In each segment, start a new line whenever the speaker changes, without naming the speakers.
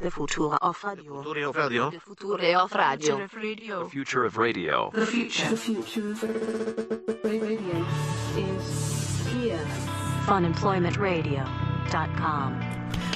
The future of radio.
Future of radio.
The future of radio.
The future of radio.
The future.
The future of radio is here.
Funemploymentradio.com.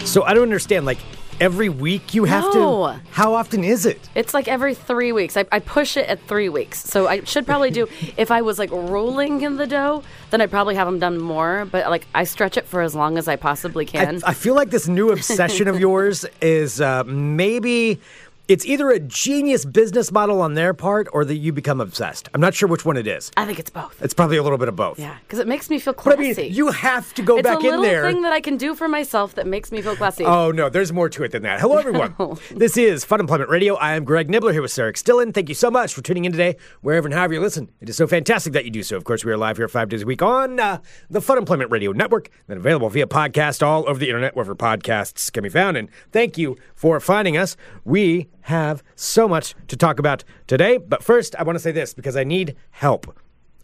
So I don't understand. Like every week you have
No.
to. How often is it?
It's like every three weeks. I, I push it at three weeks. So I should probably do, if I was like rolling in the dough, then I'd probably have them done more. But like I stretch it for as long as I possibly
I,
can.
I feel like this new obsession of yours is uh, maybe it's either a genius business model on their part or that you become obsessed. I'm not sure which one it is.
I think it's both.
It's probably a little bit of both.
Yeah, because it makes me feel
But I
classy.
mean, you have to go
it's
back
a little
in there.
thing that I can do for myself that makes me feel classy.
Oh no, there's more to it than that. Hello, everyone. This is Fun Employment Radio. I am Greg Nibbler here with Sarah Stillen. Thank you so much for tuning in today, wherever and however you listen. It is so fantastic that you do so. Of course, we are live here five days a week on uh, the Fun Employment Radio Network, and available via podcast all over the internet, wherever podcasts can be found. And thank you for finding us. We have so much to talk about today, but first, I want to say this because I need help.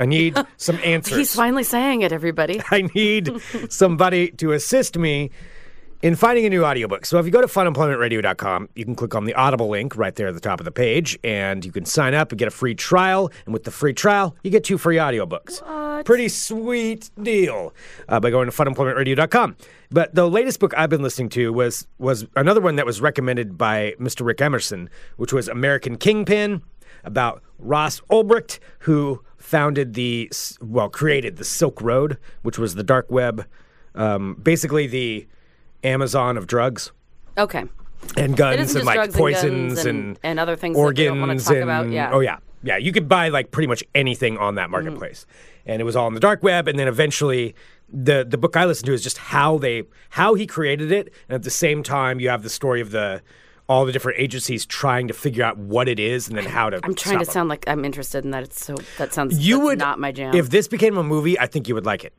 I need some answers.
He's finally saying it, everybody.
I need somebody to assist me in finding a new audiobook. So if you go to funemploymentradio.com, you can click on the Audible link right there at the top of the page, and you can sign up and get a free trial. And with the free trial, you get two free audiobooks. Pretty sweet deal uh, by going to funemploymentradio.com. But the latest book I've been listening to was was another one that was recommended by Mr. Rick Emerson, which was American Kingpin about Ross Ulbricht, who founded the s- well created the Silk Road, which was the dark web, um, basically the Amazon of drugs
Okay.
and
It
guns
isn't
and
just
like
drugs
poisons
and, guns and, and other things that we don't want
organs
to talk
and
about. Yeah. Mm-hmm.
oh yeah yeah you could buy like pretty much anything on that marketplace and it was all on the dark web and then eventually the the book I listened to is just how they how he created it and at the same time you have the story of the all the different agencies trying to figure out what it is and then how to
I'm trying to
stop 'em.
sound like I'm interested in that. It's so that sounds
you
that's
would
not my jam.
If this became a movie, I think you would like it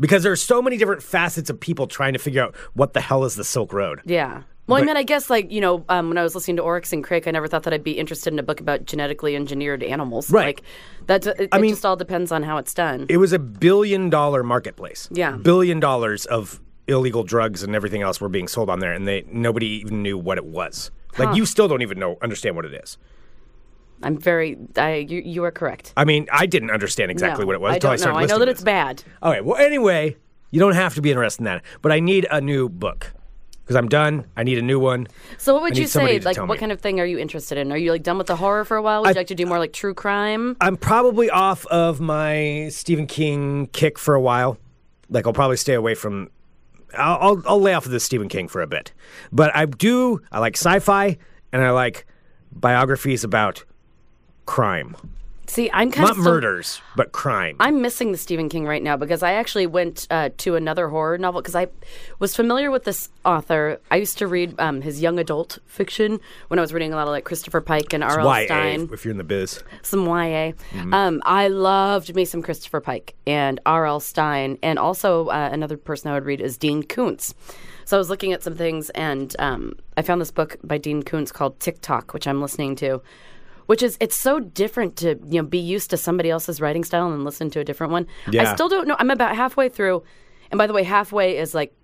because there are so many different facets of people trying to figure out what the hell is the Silk Road.
yeah. Well,
But-
I mean, I guess like you know, um, when I was listening to Oryx and Crick, I never thought that I'd be interested in a book about genetically engineered animals.
Right.
Like that's it,
I
it
mean-
just all depends on how it's done.
It was a billion dollar marketplace.
Yeah.
Billion dollars of illegal drugs and everything else were being sold on there and they nobody even knew what it was. Like you still don't even know understand what it is.
I'm very. I you, you are correct.
I mean, I didn't understand exactly
No,
what it was
I
until
don't
I started
know. I know
listening
that
to
it's
this.
bad.
All right. Well, anyway, you don't have to be interested in that, but I need a new book because I'm done. I need a new one.
So, what would
I
you
need somebody
say?
to
Like,
tell
what
me.
kind of thing are you interested in? Are you like done with the horror for a while? Would
I-
you like to do more like true crime?
I'm probably off of my Stephen King kick for a while. Like I'll probably stay away from. I'll I'll, I'll lay off of the Stephen King for a bit, but I do. I like sci-fi and I like biographies about crime,
See, I'm kind
not
of still-
murders, but crime.
I'm missing the Stephen King right now because I actually went uh, to another horror novel because I was familiar with this author. I used to read um, his young adult fiction when I was reading a lot of like Christopher Pike and R.L.
YA,
Stein,
if you're in the biz.
some YA.
Mm-hmm.
Um, I loved me some Christopher Pike and R.L. Stein, and also uh, another person I would read is Dean Koontz. So I was looking at some things, and um, I found this book by Dean Koontz called TikTok, which I'm listening to which is it's so different to you know be used to somebody else's writing style and listen to a different one.
Yeah.
I still don't know. I'm about halfway through, and by the way, halfway is like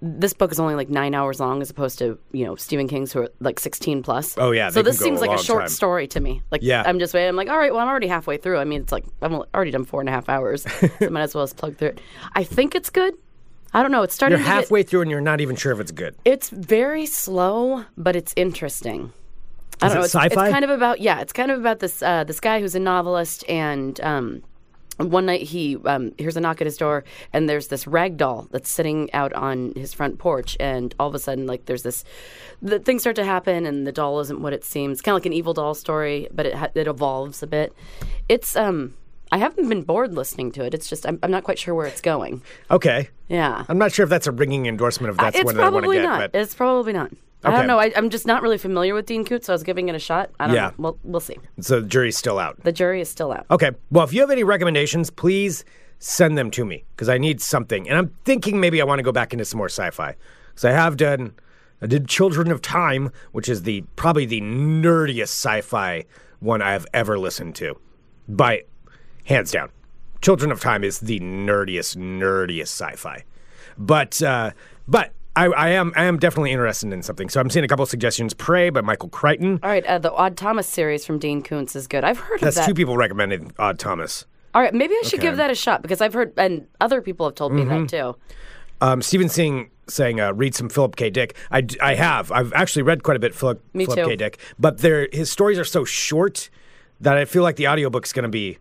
this book is only like nine hours long as opposed to you know Stephen King's who are like 16 plus.
Oh, yeah,
so
they can
this
go
seems
a
like a
long
short
time.
story to me. Like
Yeah.
I'm just waiting. I'm like, all right, well I'm already halfway through. I mean, it's like I'm already done four and a half hours. so I might as well just plug through it. I think it's good. I don't know. It's starting
You're
to get-
halfway through and you're not even sure if it's good.
it's very slow, but it's interesting. I
Is
don't
it
know. It's, it's
sci-fi?
kind of about yeah. It's kind of about this uh, this guy who's a novelist, and um, one night he um, hears a knock at his door, and there's this rag doll that's sitting out on his front porch, and all of a sudden, like there's this, the things start to happen, and the doll isn't what it seems. Kind of like an evil doll story, but it ha- it evolves a bit. It's um. I haven't been bored listening to it. It's just I'm, I'm not quite sure where it's going.
Okay,
Yeah,
I'm not sure if that's a ringing endorsement of that's
it's
what I want to
probably
get.
not.
But
It's probably not. I
Okay.
don't know. I, I'm just not really familiar with Dean Coote, so I was giving it a shot. I don't
Yeah.
know. We'll, we'll see.
so the jury's still out.
The jury is still out.
Okay. Well, if you have any recommendations, please send them to me because I need something. And I'm thinking maybe I want to go back into some more sci-fi because I have done. I did Children of Time, which is the probably the nerdiest sci-fi one I have ever listened to, by hands down. Children of Time is the nerdiest, nerdiest sci-fi. But uh, but I, I am I am definitely interested in something. So I'm seeing a couple of suggestions. Pray by Michael Crichton.
All right, uh, the Odd Thomas series from Dean Koontz is good. I've heard
That's
of that.
two people recommended Odd Thomas.
All right, maybe I should give that a shot because I've heard, and other people have told me that too.
Um, Stephen Singh saying uh, read some Philip K. Dick. I, d- I have. I've actually read quite a bit Philip,
Me
Philip
too.
K. Dick, but their his stories are so short that I feel like the audiobook's going to be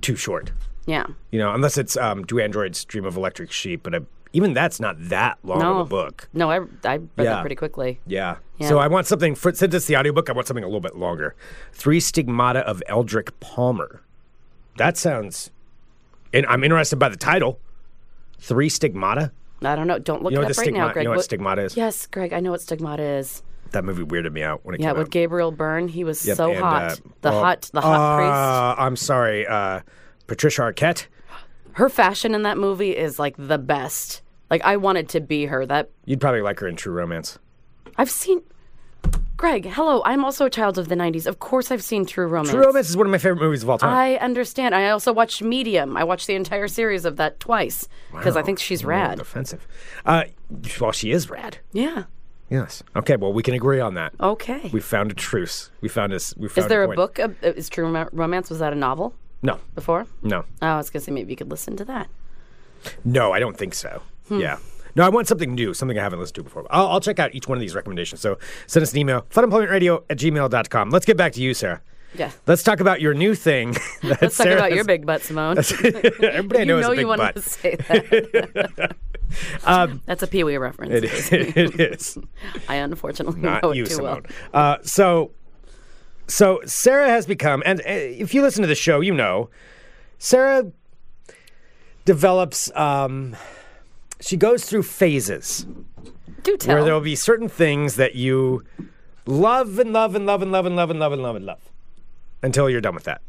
too short.
Yeah.
You know, unless it's um, Do Androids Dream of Electric Sheep, but I, even that's not that long
No.
of a book.
No, I, I read
Yeah.
that pretty quickly.
Yeah.
Yeah.
So I want something for since it's the audiobook, I want something a little bit longer. Three Stigmata of Eldrick Palmer. That sounds and I'm interested by the title. Three Stigmata?
I don't know. Don't look
You know
it
what
up
the
right now,
stigmata
Greg.
you know what
What-
stigmata is?
Yes, Greg, I know what stigmata is.
That movie weirded me out when it
Yeah,
came
with
out.
Gabriel Byrne, he was
Yep,
so
and,
hot.
uh,
the
well,
hot, the hot
uh,
priest.
I'm sorry, uh, Patricia Arquette.
Her fashion in that movie is like the best. Like I wanted to be her. That
You'd probably like her in True Romance.
I've seen. Greg, hello. I'm also a child of the '90s. Of course, I've seen True Romance.
True Romance is one of my favorite movies of all time.
I understand. I also watched Medium. I watched the entire series of that twice because I think she's rad.
Offensive. Uh, well, she is rad.
Yeah.
Yes. Okay. Well, we can agree on that.
Okay.
We found a truce. We found us. We found
Oh. Is there a
point.
book? Of, Uh, is True Rom- Romance was that a novel
No.
before?
No.
Oh, I was gonna say maybe you could listen to that.
No, I don't think so.
Hmm.
Yeah. No, I want something new, something I haven't listened to before. I'll, I'll check out each one of these recommendations. So send us an email, funemploymentradio at gmail.com. Let's get back to you, Sarah.
Yeah.
Let's talk about your new thing.
Let's talk about your big butt, Simone.
Everybody I
you
know is
know
a big
you wanted
butt. Um,
to say that. That's a Pee Wee reference.
It is. it is.
I unfortunately
Not
know it
you,
too well.
Simone. Uh, so, so Sarah has become, and uh, if you listen to the show, you know, Sarah develops. Um, she goes through phases.
Do
where there
tell.
will be certain things that you love and love and love and love and love and love and love and love until you're done with that.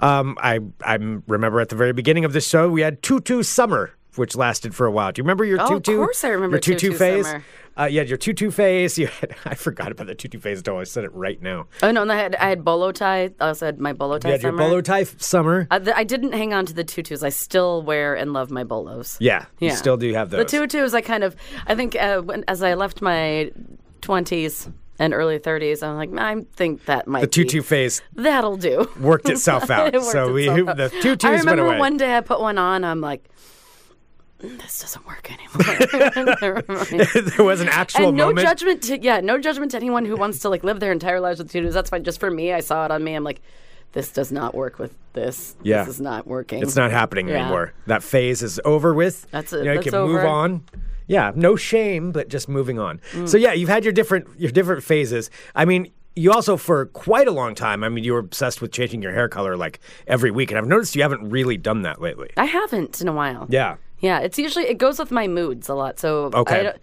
Um, I I remember at the very beginning of this show we had tutu summer, which lasted for a while. Do you remember your
Oh, of
tutu?
course I remember
your tutu,
tutu
phase.
summer.
Uh, you had your tutu phase. You had, I forgot about the tutu phase until I said it right now.
Oh no, and I had I had bolo tie. I also had my bolo tie
you had
summer.
your bolo tie f- summer.
I, th- I didn't hang on to the tutus. I still wear and love my bolos.
yeah,
yeah.
you still do have those.
The tutus, I kind of, I think, uh, when, as I left my twenties and early thirties, I'm like, I think that might
the tutu phase
be, that'll do.
worked itself out.
It worked
so we
itself out.
the tutus
I remember
went away.
one day I put one on. I'm like, this doesn't work anymore. Never mind.
there was an actual
and no
moment.
judgment to yeah, no judgment to anyone who wants to like live their entire lives with tutus. That's fine. Just for me, I saw it on me. I'm like, this does not work with this.
Yeah.
this is not working.
It's not happening
Yeah.
anymore. That phase is over with.
That's
it.
it.
You, know, you
That's
can move
over.
on. Yeah, no shame, but just moving on.
Mm.
So yeah, you've had your different your different phases. I mean, you also for quite a long time. I mean, you were obsessed with changing your hair color like every week, and I've noticed you haven't really done that lately.
I haven't in a while.
Yeah,
Yeah, it's usually it goes with my moods a lot. So
Okay.
I don't,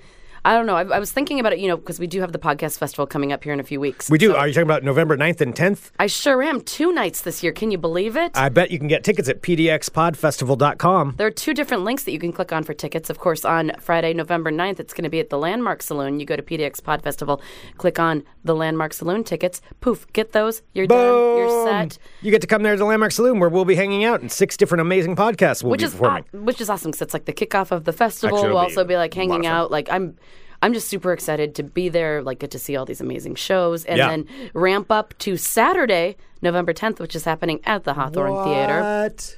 I don't know. I, I was thinking about it, you know, because we do have the podcast festival coming up here in a few weeks.
we do. Are you talking about November 9th and tenth?
I sure am. Two nights this year. Can you believe it?
I bet you can get tickets at pdxpodfestival.com.
there are two different links that you can click on for tickets. Of course, on Friday, November 9th, it's going to be at the Landmark Saloon. You go to PDX Pod Festival, click on the Landmark Saloon tickets. Poof, get those. You're done. You're
Boom!
set.
You get to come there to the Landmark Saloon where we'll be hanging out, and six different amazing podcasts will
which
be
is
performing.
aw- which is awesome because it's like the kickoff of the festival.
Actually, it'll
we'll
be
also be like
a lot of
hanging
fun.
out. Like I'm, I'm just super excited to be there. Like get to see all these amazing shows, and
Yeah.
then ramp up to Saturday, November 10th, which is happening at the Hawthorne Theater,
What?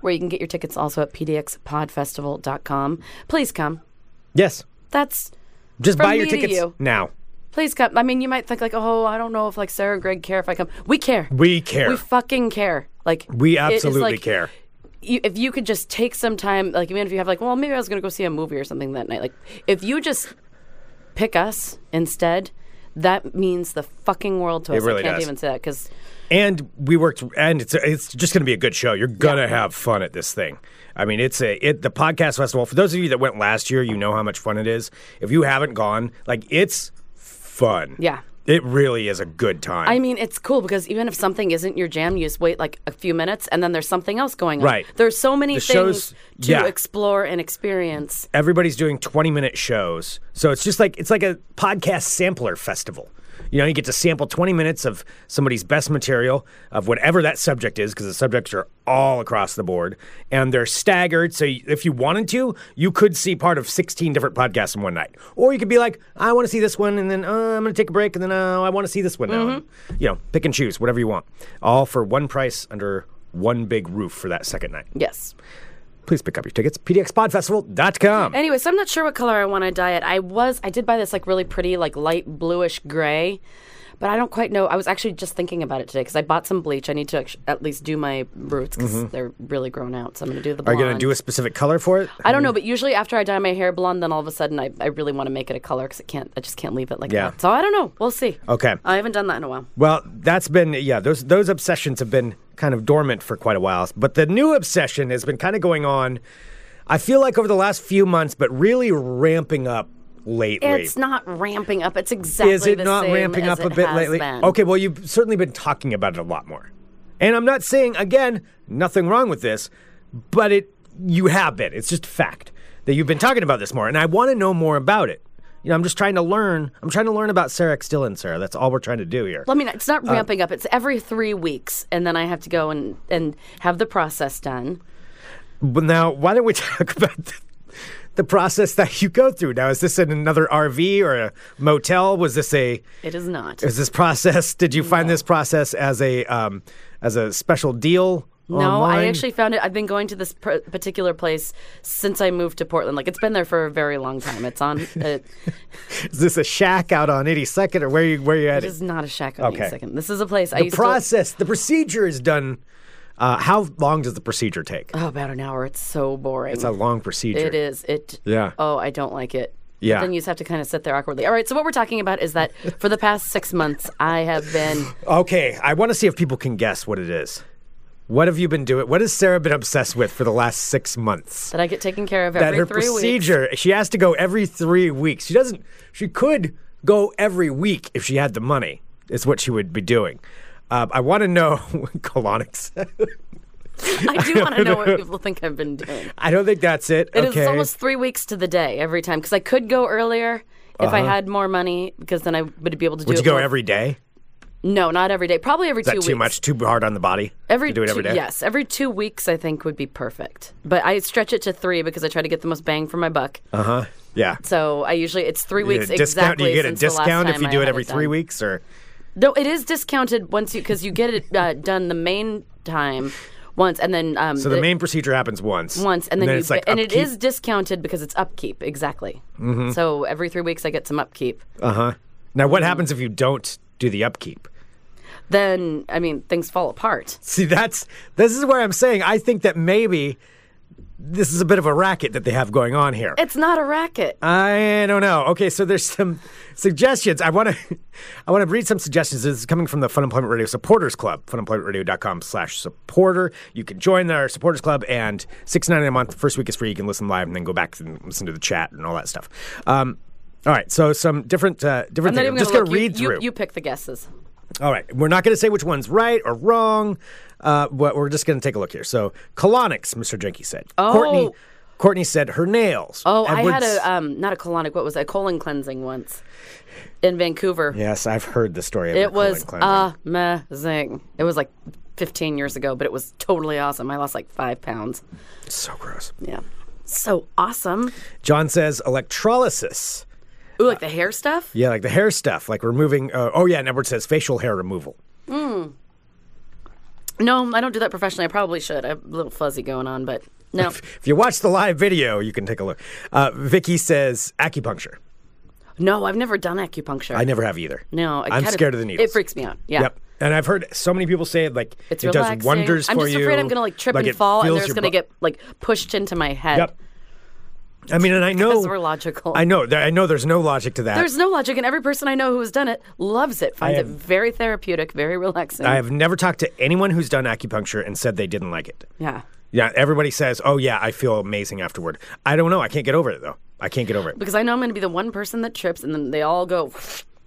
where you can get your tickets also at pdxpodfestival.com. Please come.
Yes.
That's
Just
From
buy your
me to
tickets
you.
now.
please come. I mean, you might think like, oh, I don't know if like Sarah, and Greg care if I come. We care.
We care.
We fucking care. Like
We
it is,
absolutely
like,
care.
you, if you could just take some time, like even if you have like, well, maybe I was going to go see a movie or something that night. Like, if you just pick us instead, that means the fucking world to us.
really
I can't
does.
even say that because
And we worked, and it's it's just going to be a good show. You're gonna have fun at this thing. I mean, it's a it the podcast festival. For those of you that went last year, you know how much fun it is. If you haven't gone, like it's fun.
Yeah.
it really is a good time.
I mean it's cool because even if something isn't your jam, you just wait like a few minutes and then there's something else going on.
Right.
There's so many
The
things
shows-
to
yeah.
explore and experience.
Everybody's doing 20 minute shows, so it's just like it's like a podcast sampler festival. You know, you get to sample 20 minutes of somebody's best material of whatever that subject is, because the subjects are all across the board and they're staggered. So y- if you wanted to, you could see part of 16 different podcasts in one night. Or you could be like, I want to see this one, and then uh, I'm going to take a break, and then uh, I want to see this one now. And, You know, pick and choose, whatever you want. All for one price under one big roof for that second night.
Yes.
Please pick up your tickets, pdxpodfestival.com.
Anyway, so I'm not sure what color I want to dye it. I was, I did buy this like really pretty, like light bluish gray, but I don't quite know. I was actually just thinking about it today because I bought some bleach. I need to act- at least do my roots because
Mm-hmm.
they're really grown out. So I'm going to do the
Are you
blonde.
going to do a specific color for it?
I don't know, but usually after I dye my hair blonde, then all of a sudden I, I really want to make it a color because I can't, I just can't leave it like
Yeah.
that. So I don't know. We'll see.
Okay.
I haven't done that in a while.
Well, that's been yeah, those those obsessions have been kind of dormant for quite a while. But the new obsession has been kind of going on I feel like over the last few months, but really ramping up lately.
It's not ramping up. It's exactly
Is it
the
not
same
ramping up
as
a
it
bit
has
lately?
been.
Okay, well you've certainly been talking about it a lot more. And I'm not saying again, nothing wrong with this, but it you have been. It's just a fact that you've been talking about this more and I want to know more about it. You know, I'm just trying to learn. I'm trying to learn about Sarah Still and Sarah. That's all we're trying to do here.
Let me know. It's not
Uh,
ramping up. It's every three weeks, and then I have to go and, and have the process done.
But now, why don't we talk about the, the process that you go through? Now, is this in another RV or a motel? Was this a
It is not.
is this process? Did you find this process as a um, as a special deal?
no, I
online?
actually found it. I've been going to this pr- particular place since I moved to Portland. Like it's been there for a very long time. It's on. It,
is this a shack out on 82nd or where you where you at?
it is not a shack on
Okay.
okay. second. This is a place I
The
used to.
process, the procedure is done. Uh, how long does the procedure take?
Oh, about an hour. It's so boring.
It's a long procedure.
Oh, It is. It.
Yeah.
Oh, I don't like it.
Yeah.
Then you just have to kind of sit there awkwardly. All right. So what we're talking about is that for the past six months, I have been.
Okay, I want to see if people can guess what it is. What have you been doing? What has Sarah been obsessed with for the last six months?
That I get taken care of
that
every
her
three weeks.
procedure she has to go every three weeks she doesn't she could go every week if she had the money is what she would be doing uh, i want to know colonics
I do want to know what people think I've been doing.
i don't think that's it,
It is
okay
almost three weeks to the day every time because I could go earlier if I had more money because then I would be able to do.
Uh-huh. would you
it
go
more-
every day
No, not every day. Probably every
is that
two
too
weeks.
much too hard on the body
Every
to do it every
two,
day
yes, every two weeks I think would be perfect. But I stretch it to three because I try to get the most bang for my buck.
uh-huh yeah
So I usually it's three
You
weeks
get a discount do
exactly.
you get a
since the last
discount if
time
you
I
do
had
it every three
done.
weeks or
No, it is discounted once you because you get it uh, done the main time once and then um,
so the main procedure happens once
once and then, you
it's like
and it
upkeep. Mm-hmm.
is discounted because it's upkeep exactly so every three weeks i get some upkeep
uh-huh now
Mm-hmm.
what happens if you don't do the upkeep
then i mean things fall apart
See, that's this is where I'm saying I think that maybe this is a bit of a racket that they have going on here.
it's not a racket
I don't know. Okay, so there's some suggestions. I want to, I want to read some suggestions. This is coming from the Fun Employment Radio Supporters Club, funemploymentradio.com/supporter. You can join our supporters club, and six ninety a month. First week is free. You can listen live, and then go back and listen to the chat and all that stuff. Um, all right, so some different, uh,
i'm
different.
not
things.
even
I'm just
gonna
going to
look. You-
read
you,
through.
you, pick the guesses
All right, we're not going to say which one's right or wrong. Uh, but we're just going to take a look here. So, colonics, Mr. Jenke said.
Oh.
Courtney, Courtney said her nails.
oh i had
Edwards-
a um, not a colonic what was it? a colon cleansing once in vancouver
Yes, I've heard the story. Of the
it was uh,
colon cleansing.
amazing it was like 15 years ago but it was totally awesome i lost like five pounds
so gross.
yeah so awesome
John says electrolysis.
Ooh, like the hair stuff
Yeah, like the hair stuff, like removing. Uh, oh yeah, and Edward says facial hair removal.
No, I don't do that professionally. I probably should. I have a little fuzzy going on, but no.
If you watch the live video, you can take a look. Uh, Vicky says acupuncture.
no, I've never done acupuncture.
I never have either.
no, I
I'm
kinda-
scared of the needles.
It freaks me out. Yeah.
Yep. And I've heard so many people say like
It's
it
relaxing.
does wonders
I'm
for
just
you.
afraid I'm going to like trip
it
and fall and
fills
they're just
your
going to
bu-
get like pushed into my head.
Yep. I mean, and I know
Because we're logical.
I know. there- I know. There's no logic to that.
There's no logic, and every person I know who has done it loves it, finds
have-
it very therapeutic, very relaxing.
I have never talked to anyone who's done acupuncture and said they didn't like it.
yeah.
Yeah, everybody says, "Oh yeah, I feel amazing afterward." I don't know. I can't get over it though. I can't get over it.
Because I know I'm going to be the one person that trips, and then they all go.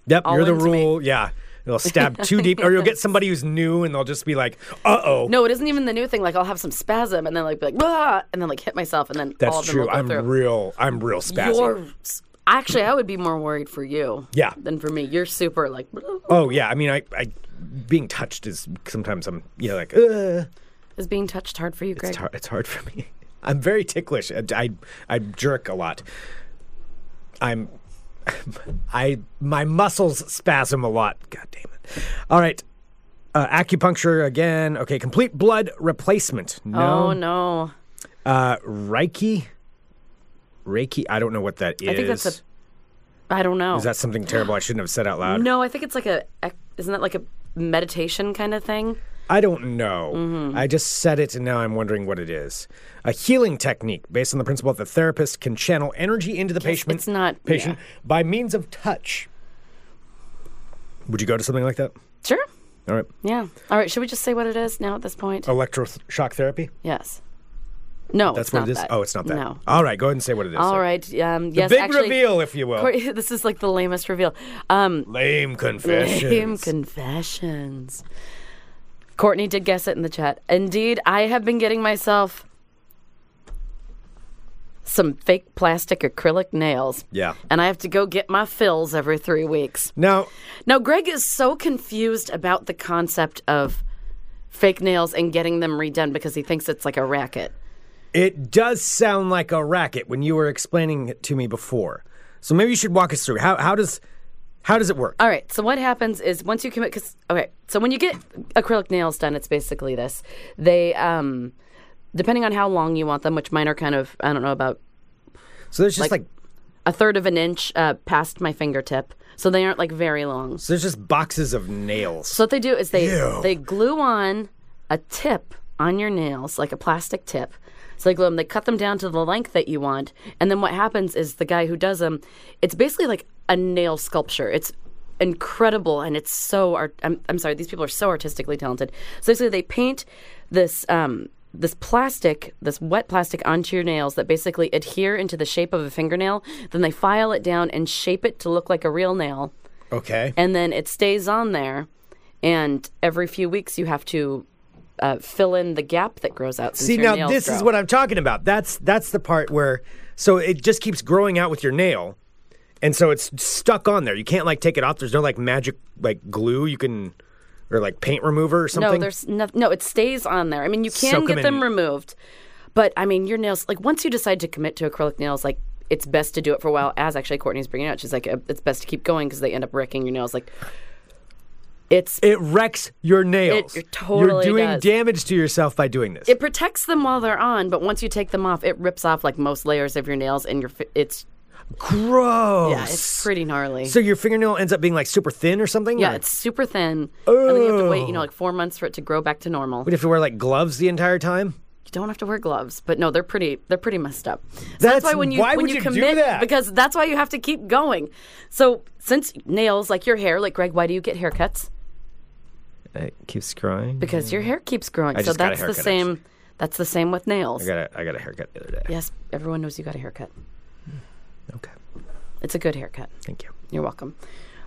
Yep,
all
you're the
into me.
rule. Yeah, they'll stab too deep, or you'll get somebody who's new and they'll just be like, "Uh oh."
No, it isn't even the new thing. Like I'll have some spasm, and then like be like, "Wah!" and then like hit myself, and then all
That's
of them
true.
will go
I'm
through.
real. I'm real spazzy.
You're s- Actually, I would be more worried for you.
Yeah.
Than for me. You're super like.
Oh yeah, I mean, I, I being touched is sometimes I'm you know like uh,
Is being touched hard for you, Greg?
it's hard, it's hard for me. I'm very ticklish. I, I I jerk a lot. I'm I my muscles spasm a lot. God damn it! All right. Uh, acupuncture again. Okay, complete blood replacement. No,
Oh no.
Uh, Reiki. Reiki. I don't know what that is.
I think that's a. I don't know.
Is that something terrible I shouldn't have said out loud?
No, I think it's like a. ec- Isn't that like a meditation kind of thing?
I don't know.
Mm-hmm.
I just said it and now I'm wondering what it is. A healing technique based on the principle that the therapist can channel energy into the patient
it's not-
patient by means of touch. Would you go to something like that?
Sure.
All right.
Yeah. All right. Should we just say what it is now at this point?
Electroshock therapy?
Yes. No.
Oh. That's
it's
what
not
it is.
that.
Oh, it's not that.
No.
All right, go ahead and say what it is.
All
sir.
right. Um, yes.
Big
actually,
reveal, if you will.
Corey- This is like the lamest reveal. Um,
Lame confession.
lame confessions. Courtney did guess it in the chat. Indeed, I have been getting myself some fake plastic acrylic nails.
Yeah.
And I have to go get my fills every three weeks.
now,
Now, Greg is so confused about the concept of fake nails and getting them redone because he thinks it's like a racket.
It does sound like a racket when you were explaining it to me before. So maybe you should walk us through. How, how does how does it work?
All right. So what happens is once you commit, because okay, so when you get acrylic nails done, it's basically this. They, um, depending on how long you want them, which mine are kind of I don't know about
so there's just like,
like- a third of an inch uh, past my fingertip, so they aren't like very long.
so there's just boxes of nails.
So what they do is they
Ew.
they glue on a tip on your nails, like a plastic tip. So they glue them. They cut them down to the length that you want, and then what happens is the guy who does them, it's basically like a nail sculpture. It's incredible, and it's so art. I'm, I'm sorry, these people are so artistically talented. So basically, they paint this um, this plastic, this wet plastic onto your nails that basically adhere into the shape of a fingernail. Then they file it down and shape it to look like a real nail
okay.
and then it stays on there. And every few weeks, you have to uh, fill in the gap that grows out. Since
See
your
now
nails
this is
grow.
what I'm talking about. That's that's the part where so it just keeps growing out with your nail. And so it's stuck on there. You can't like take it off. There's no like magic like glue you can or like paint remover or something.
No, there's no, no. It stays on there. I mean, you can
Soak 'em
get them
in.
removed, but I mean, your nails. Like once you decide to commit to acrylic nails, like it's best to do it for a while. As actually Courtney's bringing out, she's like, uh, it's best to keep going because they end up wrecking your nails. Like it's
it wrecks your nails.
it totally
You're doing
does.
damage to yourself by doing this.
it protects them while they're on, but once you take them off, it rips off like most layers of your nails, and your fi- it's
Gross.
yeah, it's pretty gnarly.
So your fingernail ends up being like super thin or something?
Yeah,
Or-
it's super thin. And then you have to wait, you know, like four months for it to grow back to normal.
We'd
You
have to wear like gloves the entire time.
don't have to wear gloves, but no, they're pretty they're pretty messed up. So
That's-
why when you
why
when
would you do
commit
that?
because that's why you have to keep going. So since nails like your hair, like Greg, why do you get haircuts?
It keeps growing.
Because your hair keeps growing.
I
so
just got a
that's the
haircut,
same that's the same with nails.
I got a I got a haircut the other day.
Yes, everyone knows you got a haircut.
Hmm. Okay.
It's a good haircut.
Thank you.
You're welcome.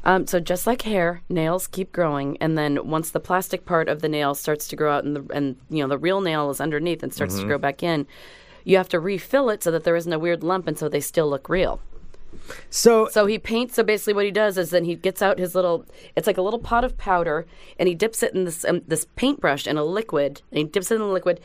Um, so just like hair, nails keep growing, and then once the plastic part of the nail starts to grow out, and the and you know the real nail is underneath and starts
Mm-hmm.
to grow back in, you have to refill it so that there isn't a weird lump, and so they still look real.
So,
So he paints. So basically, what he does is then he gets out his little. It's like a little pot of powder, and he dips it in this um, this paintbrush in a liquid, and he dips it in the liquid,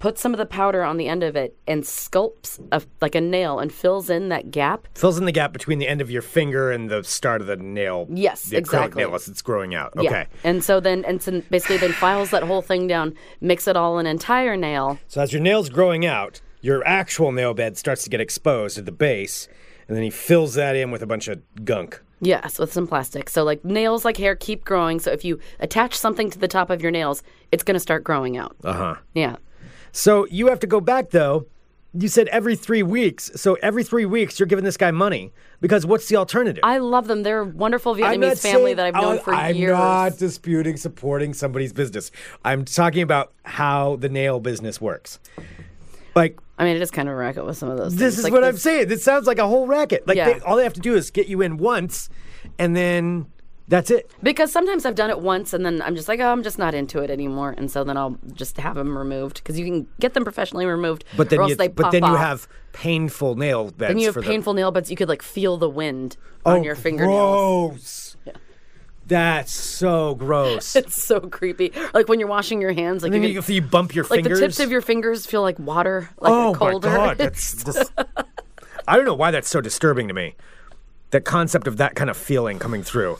puts some of the powder on the end of it, and sculpts a, like a nail and fills in that gap.
fills in the gap between the end of your finger and the start of the nail.
Yes,
the acrylic
exactly.
nail as it's growing out.
Yeah.
Okay.
And so then, and so basically, then files that whole thing down, makes it all an entire nail.
So as your nail's growing out, your actual nail bed starts to get exposed at the base, and then he fills that in with a bunch of gunk.
Yes, with some plastic. So like nails, like hair, keep growing. So if you attach something to the top of your nails, it's going to start growing out. Uh huh. Yeah.
So you have to go back though. You said every three weeks. So every three weeks, you're giving this guy money because what's the alternative?
I love them. They're a wonderful
I'm not
Vietnamese family
saying-
that I've known
oh,
for
I'm
years.
not disputing supporting somebody's business. I'm talking about how the nail business works. Like
I mean, it is kind of a racket with some of those.
this
things.
is
Like,
what
this-
I'm saying. This sounds like a whole racket. Like
Yeah.
they, all they have to do is get you in once, and then That's it.
Because sometimes I've done it once and then I'm just like, oh, I'm just not into it anymore. And so then I'll just have them removed because you can get them professionally removed.
But then
or else
you,
they
but
pop
then you
off.
have painful nail beds.
Then you
for
have
the-
painful nail beds. You could like feel the wind
Oh,
on your fingernails.
Gross. That's so gross.
It's so creepy. Like when you're washing your hands, like
And then
you
you, if
can-
you bump your
like
fingers.
the tips of your fingers feel like water, like
oh
they're colder.
my god, that's. dis- I don't know why that's so disturbing to me. The concept of that kind of feeling coming through.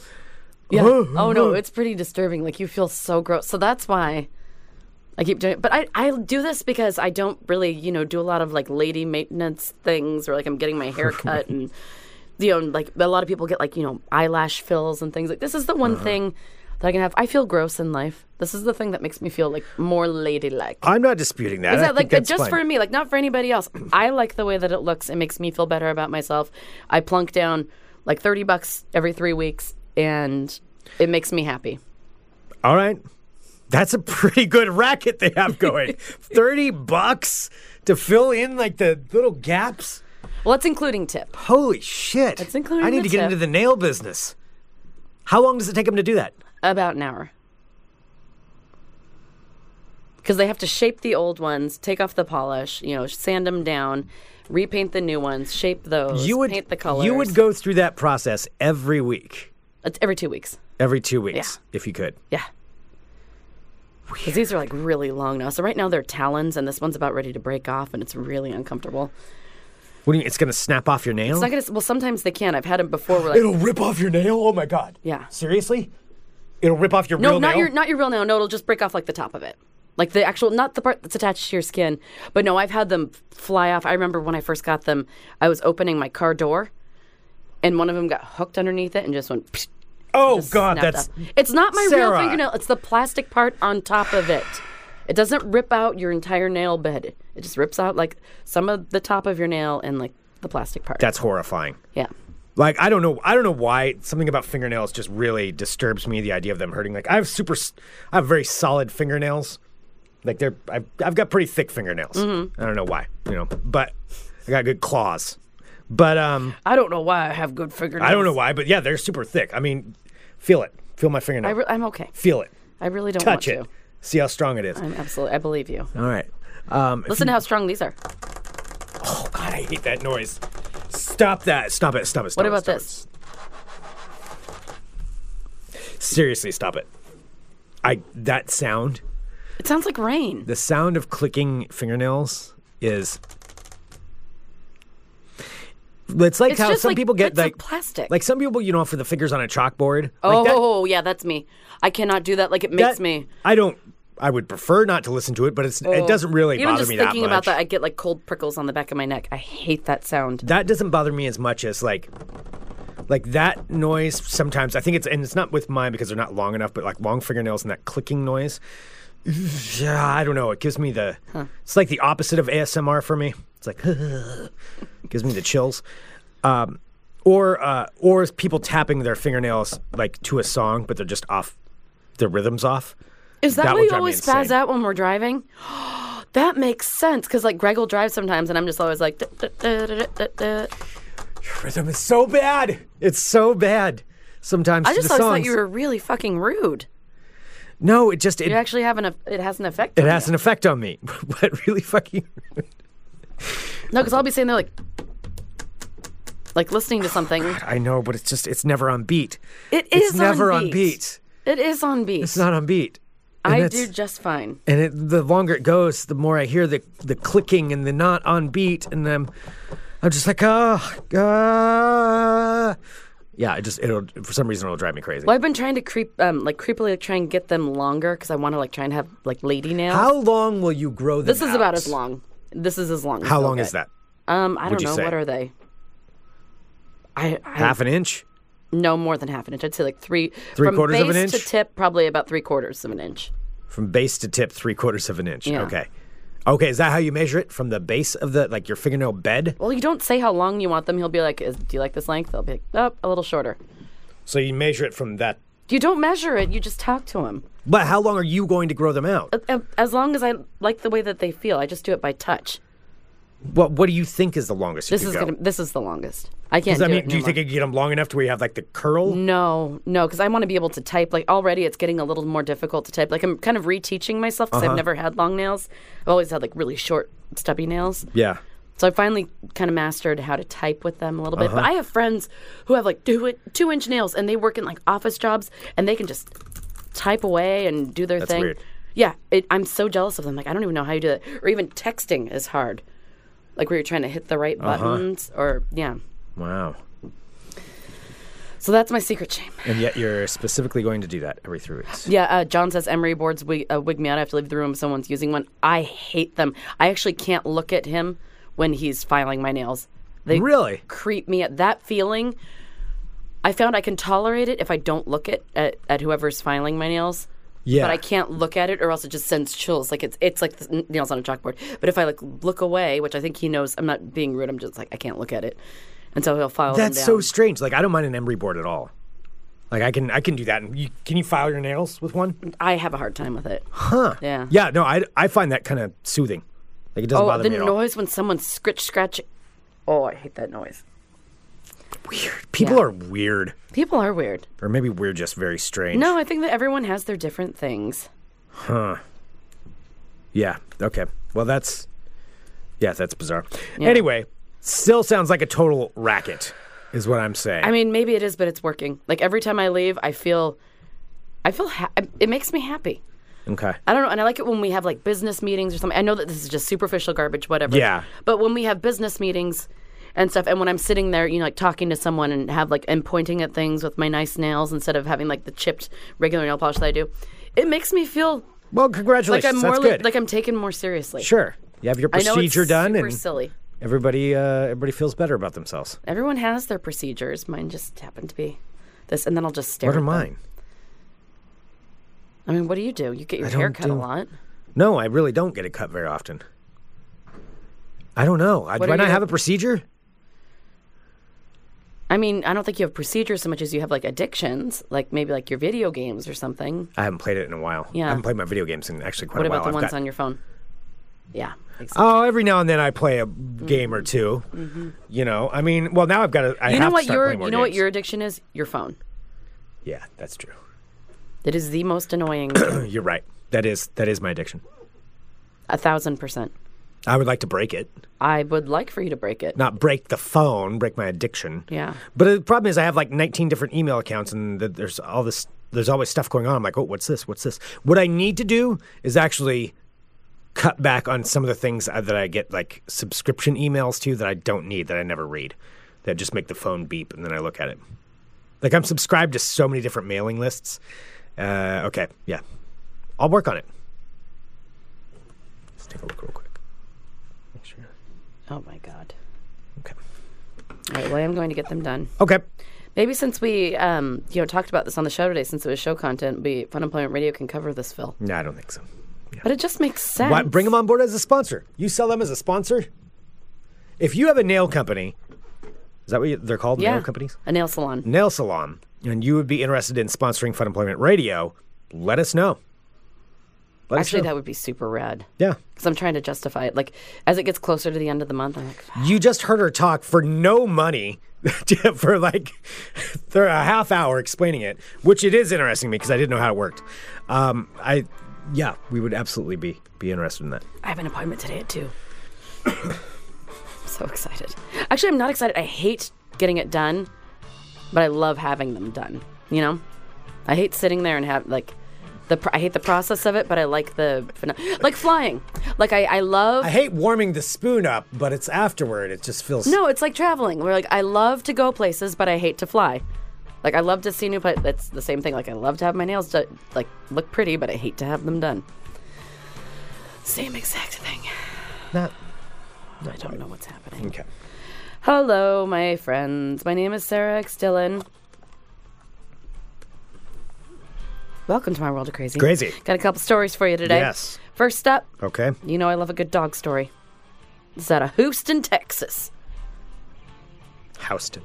Yeah. oh no, it's pretty disturbing. Like you feel so gross. So that's why I keep doing it. But I, I do this because I don't really, you know, do a lot of like lady maintenance things or like I'm getting my hair cut and you know, like a lot of people get like, you know, eyelash fills and things like this is the
Uh-huh.
one thing that I can have. I feel gross in life. This is the thing that makes me feel like more ladylike.
I'm not disputing that. I
Is that
think
like
that's
just
fine.
for me, like not for anybody else? I like the way that it looks. It makes me feel better about myself. I plunk down like thirty bucks every three weeks, and it makes me happy.
All right. That's a pretty good racket they have going. 30 bucks to fill in like the little gaps.
Well, that's including tip.
Holy shit.
That's including
I need to
the
get
tip.
into the nail business. How long does it take them to do that?
About an hour. Because they have to shape the old ones, take off the polish, you know, sand them down, repaint the new ones, shape those,
You would
Oh, paint the colors.
You would go through that process every week,
It's every two weeks.
every 2 weeks if you could.
Yeah. Because these are like really long now. So right now they're talons, and this one's about ready to break off, and it's really uncomfortable.
What do you it's going to snap off your nail?
It's not gonna. Well, sometimes they can. I've had them before. Where like,
It'll rip off your nail. Oh my god.
Yeah.
Seriously? It'll rip off your
no,
real
not
nail.
your not your real nail. No, it'll just break off like the top of it, like the actual, not the part that's attached to your skin. But no, I've had them fly off. I remember when I first got them, I was opening my car door, and one of them got hooked underneath it and just went. psh,
oh
just
god,
snapped
that's
off. It's not my
Sarah.
real fingernail. It's the plastic part on top of it. It doesn't rip out your entire nail bed. It just rips out like some of the top of your nail and like the plastic part.
that's horrifying.
yeah.
Like I don't know, I don't know why something about fingernails just really disturbs me. The idea of them hurting. Like I have super, s- I have very solid fingernails. Like they're, I've, I've got pretty thick fingernails.
Mm-hmm.
I don't know why, you know, but I got good claws. But um,
I don't know why I have good fingernails.
I don't know why, but yeah, they're super thick. I mean, feel it, feel my fingernail,
I re- I'm okay.
feel it,
I really don't want
touch
to.
it, see how strong it is.
I'm absolutely. I believe you.
All right, um, if
Listen to how strong these are.
you- God, I hate that noise. Stop that! Stop it! Stop it! Stop
What
it,
about
stop it.
this?
Seriously, stop it! I that sound.
It sounds like rain.
the sound of clicking fingernails is it's like
It's
how
just
some
like
people get
bits of
like
plastic.
like some people you know for the fingers on a chalkboard like that-
oh yeah, that's me. I cannot do that. Like it makes
that-
me. Oh.
i don't i would prefer not to listen to it but it's it doesn't really
Even
bother
just
me
thinking
that much
about that, I get like cold prickles on the back of my neck. I hate that sound.
that doesn't bother me as much as like like that noise sometimes i think it's and it's not with mine because they're not long enough but like long fingernails and that clicking noise yeah i don't know it gives me the it's like the opposite of asmr for me it's like gives me the chills um or uh or is people tapping their fingernails like to a song but they're just off the rhythms off
Is that,
that
why
will
you
drive me
always
insane.
spaz out when we're driving? that makes sense because like Greg will drive sometimes, and I'm just always like. "Duh, duh, duh, duh, duh, duh, duh."
rhythm is so bad it's so bad sometimes
I
to
just
the
always thought
songs
you were really fucking rude.
no it just it
You actually have an. eff- It has an effect.
it
on
has an effect on me what really fucking
you. No, because I'll be sitting there like, like listening to something.
I know, but it's just it's never on beat.
It is
it's never
on
on beat.
It is on beat.
It's not on beat. And
I
that's-
do just fine.
And it, the longer it goes, the more I hear the the clicking and the not on beat, and I'm I'm just like ah ah. Yeah, it just it'll for some reason it'll drive me crazy.
Well, I've been trying to creep, um, like creepily like, try and get them longer because I want to like try and have like lady nails.
How long will you grow them?
this is
out?
about as long. This is as long. as
How
they'll
long is
get.
that?
Um, I
Would
don't
you
know.
say?
What are they? I, I
Half an inch?
no more than half an inch. I'd say like three,
Three
from
quarters of
base
an
to
inch?
tip, probably about three quarters of an inch.
From base to tip, three quarters of an inch.
Yeah.
Okay. Okay, is that how you measure it? From the base of the like your fingernail bed?
Well, you don't say how long you want them. He'll be like, is, "Do you like this length?" They'll be like, "Oh, a little shorter."
So you measure it from that
You don't measure it. You just talk to him.
but how long are
Uh,
you going to grow them out?
As long as I like the way that they feel, I just do it by touch.
What What do you think is the longest?
This
you
is
could go?
gonna. This is the longest. I can't.
Does that
do
mean,
it
do you think
anymore.
you can get them long enough to where you have like the curl?
Mm,
No, no, because I want to be able to type. Like already, it's getting a little more difficult to type. Like I'm kind of reteaching myself because I've
Uh-huh.
never had long nails. I've always had like really short, stubby nails.
Yeah.
So I finally kind of mastered how to type with them a little bit. But
Uh-huh.
I have friends who have like two two inch nails, and they work in like office jobs, and they can just type away and do their
That's
thing.
weird.
Yeah, it, I'm so jealous of them. Like I don't even know how you do that. Or even texting is hard. Like where you're trying to hit the
Uh-huh.
right buttons, or yeah.
Wow.
So that's my secret shame.
And yet you're specifically going to do that every three weeks.
Yeah, uh, John says emery boards wig, uh, wig me out. I have to leave the room if someone's using one. I hate them. I actually can't look at him when he's filing my nails. They
Really?
creep me at that feeling. I found I can tolerate it if I don't look at at, at whoever's filing my nails.
Yeah.
But I can't look at it, or else it just sends chills. Like it's it's like the n- nails on a chalkboard. But if I like look away, which I think he knows, I'm not being rude. I'm just like I can't look at it, and so he'll file. them
That's so
down.
strange. Like I don't mind an emery board at all. Like I can I can do that. And you, can you file your nails with one?
I have a hard time with it.
Huh.
Yeah.
Yeah. No, I I find that kind of soothing. Like it doesn't
Oh,
bother
the
me at all.
noise when someone scritch scratch. Oh, I hate that noise.
Weird. People
Yeah.
are weird,
People are weird.
or maybe we're just very strange.
No, I think that everyone has their different things.
Yeah. Okay. Well, that's yeah, that's bizarre. Anyway, still sounds like a total racket, is what I'm saying.
I mean, maybe it is, but it's working. Like every time I leave, I feel, I feel, ha- it makes me happy.
okay.
I don't know, and I like it when we have like business meetings or something. I know that this is just superficial garbage, whatever.
Yeah.
But when we have business meetings and stuff, and when I'm sitting there, you know, like talking to someone and have like and pointing at things with my nice nails instead of having like the chipped regular nail polish that I do, it makes me feel
Well,
like
congratulations.
I'm more
that's
li-
good.
like I'm taken more seriously.
sure. You have your
I know
procedure
it's
done,
super
and
silly.
everybody uh, everybody feels better about themselves.
Everyone has their procedures. Mine just happened to be this, and then I'll just stare.
What
at
are
them.
mine?
I mean, what do you do? You get your
don't
hair cut
do-
a lot.
No, I really don't get it cut very often. I don't know. I, do
are
I not
your-
have a procedure?
I mean, I don't think you have procedures so much as you have like addictions, like maybe like your video games or something.
I haven't played it in a while.
Yeah.
I haven't played my video games in actually quite
What
a while.
about the
I've
ones
got-
on your phone? Yeah. exactly.
Oh, every now and then I play a
Mm-hmm.
game or 2 You know, I mean, well, now I've got to. I
You
have
know
to
what
start
your
playing
you know
more
what
games.
your addiction is? Your phone.
Yeah, that's true.
That is the most annoying.
You're right. That is that is my addiction.
a thousand percent.
I would like to break it.
I would like for you to break it.
Not break the phone, break my addiction.
Yeah.
But the problem is I have like 19 different email accounts and th- there's all this there's always stuff going on. I'm like, "Oh, what's this? What's this?" What I need to do is actually cut back on some of the things I- that I get like subscription emails to that I don't need that I never read. That just make the phone beep and then I look at it. Like I'm subscribed to so many different mailing lists. Uh, okay, yeah. I'll work on it. Let's take a look real quick. Make sure.
Oh my god.
Okay.
All right. Well, I'm going to get them done.
Okay.
Maybe since we um, you know talked about this on the show today, since it was show content, we Fun Employment Radio can cover this, Phil.
No, I don't think so.
But it just makes sense.
Why, bring them on board as a sponsor. You sell them as a sponsor. If you have a nail company, is that what you, they're called?
yeah.
Nail companies?
A nail salon.
Nail salon. And you would be interested in sponsoring Fun Employment Radio, let us know. Let us
Actually,
know.
that would be super rad.
Yeah.
Because I'm trying to justify it. Like as it gets closer to the end of the month, I'm like,
You just heard her talk for no money for like for a half hour explaining it, which it is interesting to me because I didn't know how it worked. Um, I, yeah, we would absolutely be be interested in that.
I have an appointment today at two. I'm so excited. Actually, I'm not excited. I hate getting it done, but I love having them done. You know, I hate sitting there and have like. The pr- I hate the process of it, but I like the pheno- like flying. Like I, I love.
I hate warming the spoon up, but it's afterward. It just feels
No, it's like traveling. We're like, I love to go places, but I hate to fly. Like, I love to see new places. That's the same thing. Like, I love to have my nails do- like look pretty, but I hate to have them done. Same exact thing.
not.
I don't know what's happening.
Okay.
Hello, my friends. My name is Sarah X. Dillon. Welcome to my world of crazy.
Crazy.
Got a couple stories for you today.
Yes.
First up,
Okay.
you know I love a good dog story. It's out of Houston, Texas.
Houston.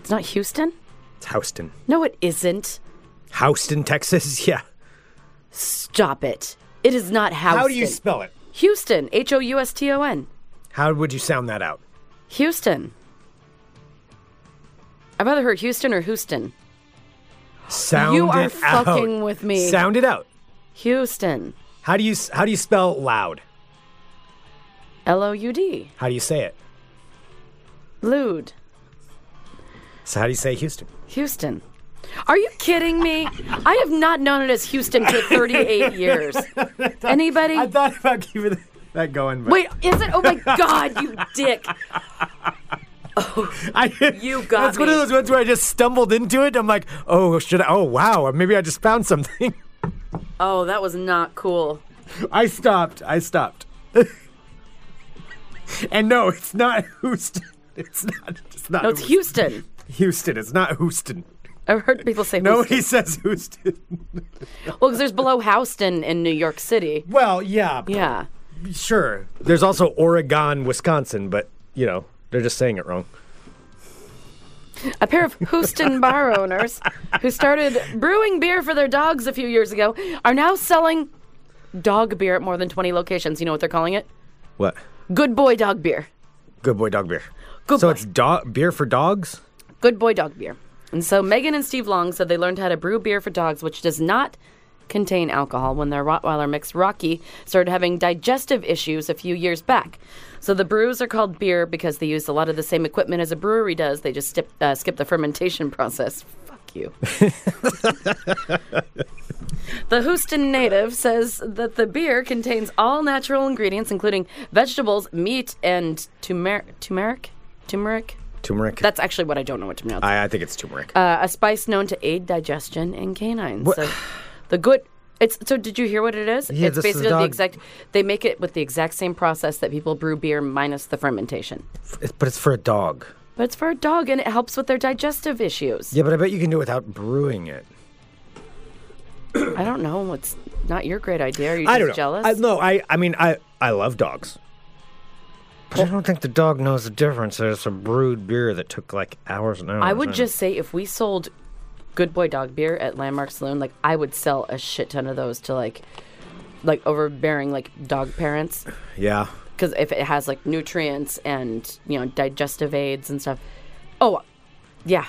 It's not Houston?
It's Houston.
No, it isn't.
Houston, Texas. Yeah.
Stop it. It is not Houston.
How do you spell it?
Houston, H O U S T O N.
How would you sound that out?
Houston. I've either heard Houston or Houston.
Sound
You are
it
fucking
out.
with me.
Sound it out.
Houston.
How do you how do you spell loud?
L O U D.
How do you say it?
Lude.
So how do you say Houston?
Houston. Are you kidding me? I have not known it as Houston for 38 years. Anybody?
I thought about keeping that going. But
Wait, is it? Oh my God, you dick.
I,
you got
That's one of
me.
those ones where I just stumbled into it. I'm like, oh, should I? Oh, wow, or maybe I just found something.
Oh, that was not cool.
I stopped. I stopped. and no, it's not Houston. It's not. It's not.
No, it's Houston.
Houston. It's not Houston.
I've heard people say
No,
Houston.
he says Houston.
Well, because there's below Houston in New York City.
Well, yeah,
Yeah.
sure. There's also Oregon, Wisconsin, but you know they're just saying it wrong.
A pair of Houston bar owners who started brewing beer for their dogs a few years ago are now selling dog beer at more than 20 locations. You know what they're calling it?
What?
Good boy dog beer.
Good boy, dog beer.
Good
so
boy.
it's dog beer for dogs.
Good boy dog beer. And so Megan and Steve Long said they learned how to brew beer for dogs, which does not contain alcohol, when their Rottweiler mix Rocky started having digestive issues a few years back. So the brews are called beer because they use a lot of the same equipment as a brewery does. They just skip, uh, skip the fermentation process. Fuck you. The Houston native says that the beer contains all natural ingredients, including vegetables, meat, and tumer- turmeric. Turmeric.
Turmeric.
That's actually what I don't know what to pronounce.
I, I think it's turmeric.
uh, a spice known to aid digestion in canines. So the good. It's so. Did you hear what it is?
Yeah,
it's
this is
basically the
dog-
exact. They make it with the exact same process that people brew beer minus the fermentation.
F- but it's for a dog.
But it's for a dog, and it helps with their digestive issues.
Yeah, but I bet you can do it without brewing it.
I don't know. It's not your great idea. Are you just
I don't know.
jealous?
I, no, I. I mean, I. I love dogs. But I don't think the dog knows the difference. There's a brewed beer that took like hours and hours.
I would just say if we sold Good Boy Dog Beer at Landmark Saloon, like I would sell a shit ton of those to like like overbearing like dog parents
Yeah.
because if it has like nutrients and you know digestive aids and stuff. Oh, yeah.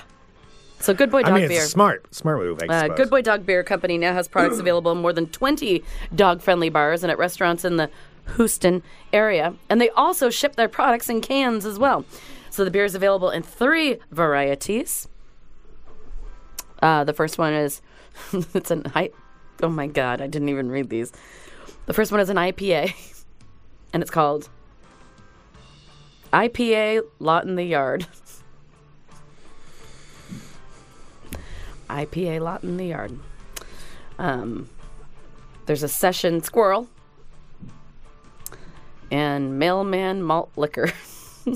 So Good Boy Dog
I mean, it's
Beer.
a smart, smart move. I
Uh,
suppose.
Good Boy Dog Beer Company now has products available in more than 20 dog friendly bars and at restaurants in the Houston area. And they also ship their products in cans as well. So the beer is available in three varieties. Uh, the first one is it's an I oh my god, I didn't even read these. The first one is an IPA and it's called IPA Lot in the Yard. IPA lot in the yard. Um, there's a session squirrel and mailman malt liquor.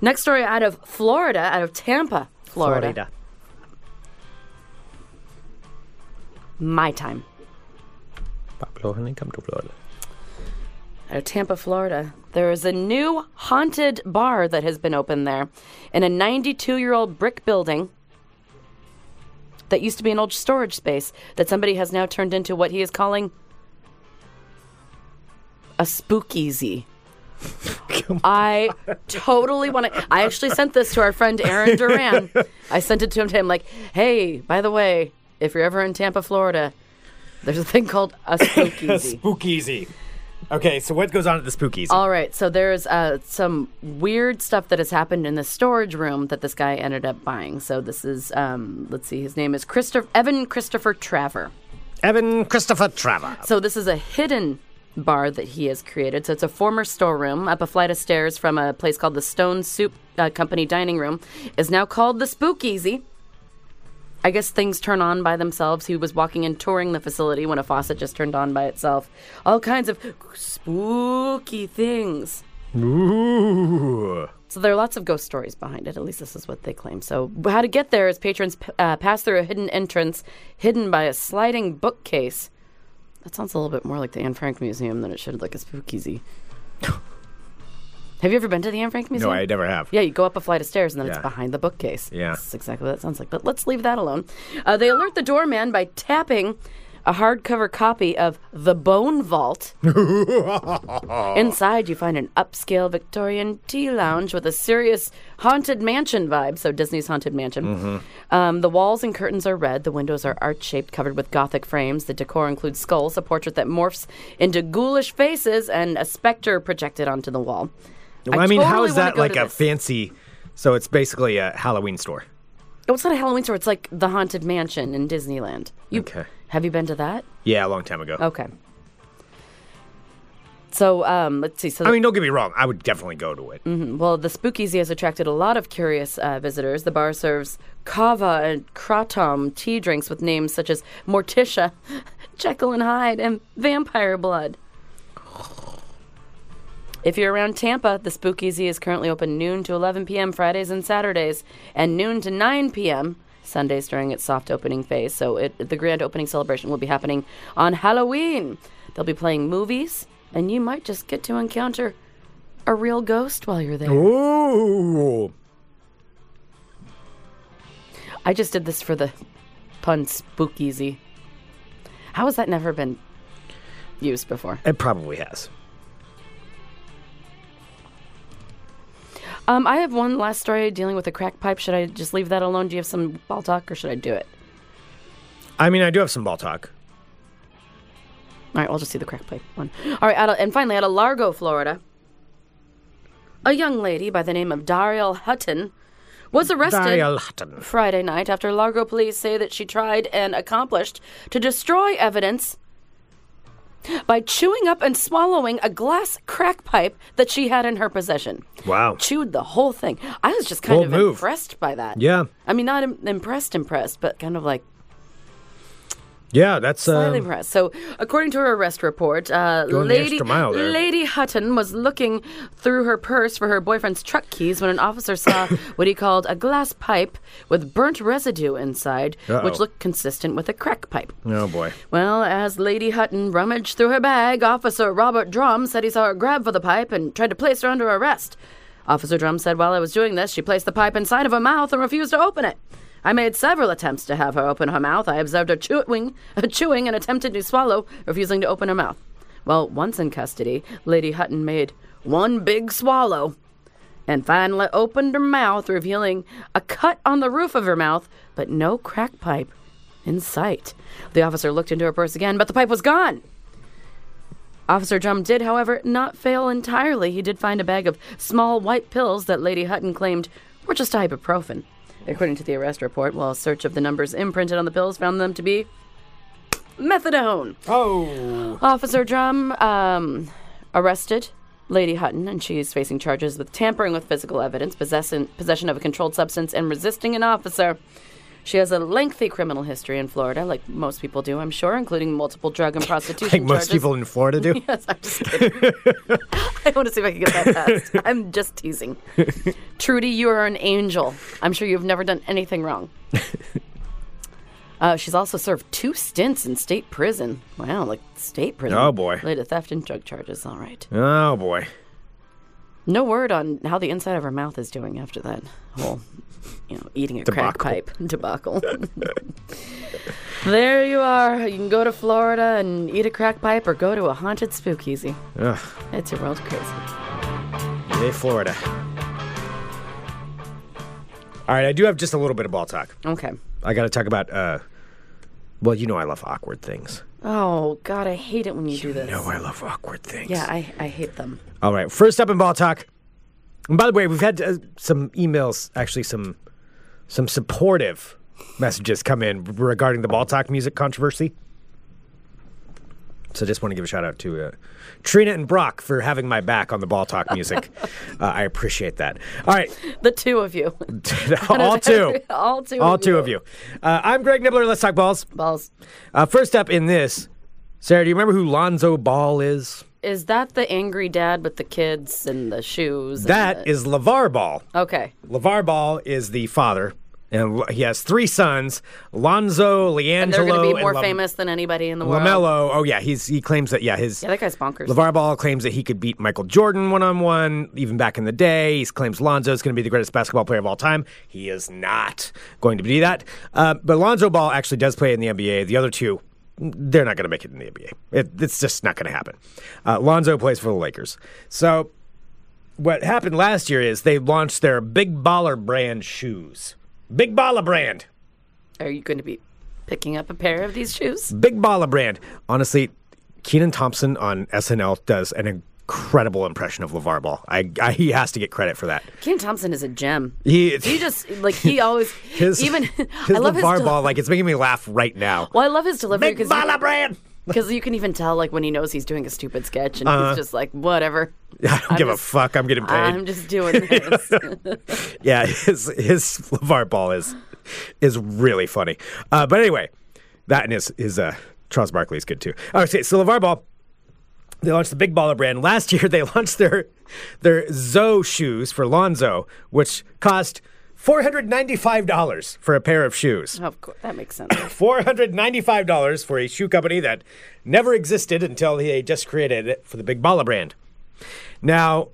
Next story out of Florida, out of Tampa, Florida. My time.
Pablo, honey, come to Florida.
out of Tampa, Florida. There is a new haunted bar that has been opened there in a 92 year old brick building that used to be an old storage space that somebody has now turned into what he is calling a spookeasy. I totally want to. I actually sent this to our friend Aaron Duran. I sent it to him. To him, like, hey, by the way, if you're ever in Tampa, Florida, there's a thing called a spookeasy.
Spookeasy. Okay, so what goes on at the spookies?
All right, so there's uh, some weird stuff that has happened in the storage room that this guy ended up buying. So this is, um, let's see, his name is Christopher Evan Christopher Traver.
Evan Christopher Trevor.
So this is a hidden bar that he has created. So it's a former storeroom up a flight of stairs from a place called the Stone Soup uh, Company Dining Room, is now called the Spookeasy. I guess things turn on by themselves. He was walking and touring the facility when a faucet just turned on by itself. All kinds of spooky things.
Ooh.
So there are lots of ghost stories behind it. At least this is what they claim. So how to get there is patrons p- uh, pass through a hidden entrance hidden by a sliding bookcase. That sounds a little bit more like the Anne Frank Museum than it should, like a spookeasy. Have you ever been to the Anne Frank Museum?
No, I never have.
Yeah, you go up a flight of stairs and then
Yeah.
it's behind the bookcase.
Yeah.
That's exactly what that sounds like. But let's leave that alone. Uh, they alert the doorman by tapping a hardcover copy of The Bone Vault. Inside, you find an upscale Victorian tea lounge with a serious haunted mansion vibe. So, Disney's Haunted Mansion.
Mm-hmm.
Um, the walls and curtains are red. The windows are arch shaped, covered with gothic frames. The decor includes skulls, a portrait that morphs into ghoulish faces, and a specter projected onto the wall.
Well, I, mean, how
totally
is
wanna
that
go
like
to
a
this.
fancy? So it's basically a Halloween store.
Oh, it's not a Halloween store. It's like the Haunted Mansion in Disneyland. You,
Okay.
Have you been to that?
Yeah, a long time ago.
Okay. So um, let's see. So
I mean, don't get me wrong. I would definitely go to it.
well, the Speakeasy has attracted a lot of curious uh, visitors. The bar serves kava and kratom tea drinks with names such as Morticia, Jekyll and Hyde, and Vampire Blood. If you're around Tampa, the Speakeasy is currently open noon to 11 p.m. Fridays and Saturdays, and noon to 9 p.m. Sundays during its soft opening phase. So it, the grand opening celebration will be happening on Halloween. They'll be playing movies, and you might just get to encounter a real ghost while you're there.
Ooh.
I just did this for the pun spookeasy. How has that never been used before?
It probably has.
Um, I have one last story dealing with a crack pipe. Should I just leave that alone? Do you have some ball talk or should I do it?
I mean, I do have some ball talk.
All right, I'll just do the crack pipe one. All right, at a, and finally, out of Largo, Florida, a young lady by the name of Dariel Hutton was arrested.
Daryl Hutton.
Friday night after Largo police say that she tried and accomplished to destroy evidence by chewing up and swallowing a glass crack pipe that she had in her possession.
Wow.
Chewed the whole thing. I was just kind
Bold
of
move.
impressed by that.
Yeah.
I mean, not im- impressed, impressed, but kind of like
Yeah, that's
Slightly
uh,
impressed. So, according to her arrest report, uh,
Going the
Lady
extra mile there.
Lady Hutton was looking through her purse for her boyfriend's truck keys when an officer saw what he called a glass pipe with burnt residue inside,
Uh-oh.
which looked consistent with a crack pipe.
oh boy.
Well, as Lady Hutton rummaged through her bag, Officer Robert Drum said he saw her grab for the pipe and tried to place her under arrest. Officer Drum said while I was doing this, she placed the pipe inside of her mouth and refused to open it. I made several attempts to have her open her mouth. I observed her chewing, chewing and attempted to swallow, refusing to open her mouth. Well, once in custody, Lady Hutton made one big swallow and finally opened her mouth, revealing a cut on the roof of her mouth, but no crack pipe in sight. The officer looked into her purse again, but the pipe was gone. Officer Drum did, however, not fail entirely. He did find a bag of small white pills that Lady Hutton claimed were just ibuprofen. According to the arrest report, while a search of the numbers imprinted on the pills found them to be methadone.
Oh.
Officer Drum um, arrested Lady Hutton, and she's facing charges with tampering with physical evidence, possession, possession of a controlled substance, and resisting an officer. She has a lengthy criminal history in Florida, like most people do, I'm sure, including multiple drug and
I think
prostitution
most
charges.
people in Florida do.
Yes, I'm just kidding. I want to see if I can get that passed. I'm just teasing. Trudy, you are an angel. I'm sure you've never done anything wrong. Uh, she's also served two stints in state prison. Wow, like state prison.
Oh, boy.
Related to theft and drug charges. All right.
Oh boy.
No word on how the inside of her mouth is doing after that whole, you know, eating a
Debacle.
crack pipe debacle. there you are. You can go to Florida and eat a crack pipe, or go to a haunted spookeasy.
Ugh.
It's a world crazy.
Hey, Florida. All right, I do have just a little bit of ball talk.
Okay.
I got to talk about. uh Well, you know I love awkward things.
Oh God, I hate it when you, do this.
No, I love awkward things.
Yeah, I, I hate them.
All right. First up in ball talk. And by the way, we've had uh, some emails, actually some some supportive messages come in regarding the ball talk music controversy. So just want to give a shout out to uh, Trina and Brock for having my back on the ball talk music. uh, I appreciate that. All right,
The two of you.
all two,
All two.
all two of you. Uh, I'm Greg Nibbler. Let's talk balls.
Balls.
Uh, first up in this, Sarah, do you remember who Lonzo Ball is?
Is that the angry dad with the kids and the shoes? and
That
the-
is LeVar Ball.
Okay.
LeVar Ball is the father And he has three sons: Lonzo,
And they're going
Leangelo,
to be more
Lam-
famous than anybody in the world.
Lamelo. Oh yeah, he's he claims that yeah his
Yeah, that guy's bonkers.
LeVar Ball claims that he could beat Michael Jordan one on one, even back in the day. He claims Lonzo is going to be the greatest basketball player of all time. He is not going to be that. Uh, but Lonzo Ball actually does play in the NBA. The other two, they're not going to make it in the NBA. It, it's just not going to happen. Uh, Lonzo plays for the Lakers. So what happened last year is they launched their Big Baller brand shoes. Big Baller brand.
Are you going to be picking up a pair of these shoes?
Big Bala brand. Honestly, Keenan Thompson on SNL does an incredible impression of LeVar Ball. I, I, he has to get credit for that.
Ken Thompson is a gem.
He,
He just like he always
his,
even
his
I love his
LeVar
del-
Ball, like, it's making me laugh right now.
Well, I love his delivery
Big
because
Bala brand!
Because you can even tell, like, when he knows he's doing a stupid sketch and
Uh.
he's just like, whatever.
I don't
I'm
give
just-
a fuck. I'm getting paid.
I'm just doing this.
yeah, his his LeVar Ball is is really funny. Uh, but anyway, that and his his uh, Charles Barkley is good too. Okay, so LeVar Ball, they launched the Big Baller brand last year. They launched their their Zoe shoes for Lonzo, which cost four hundred ninety five dollars for a pair of shoes.
of course, that makes sense.
$495 for a shoe company that never existed until they just created it for the Big Bala brand. Now,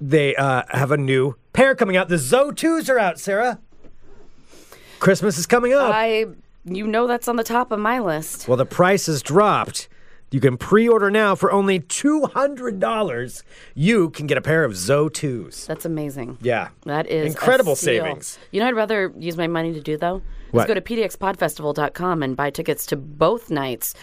they uh, have a new pair coming out. The Zoe 2s are out, Sarah. Christmas is coming up.
I, you know, that's on the top of my list.
well, the price has dropped. You can pre order now for only $200. You can get a pair of Zoe 2s.
That's amazing.
Yeah.
That is a
incredible
steal.
savings.
You know, what I'd rather use my money to do though.
What?
Let's go to pdxpodfestival.com and buy tickets to both nights,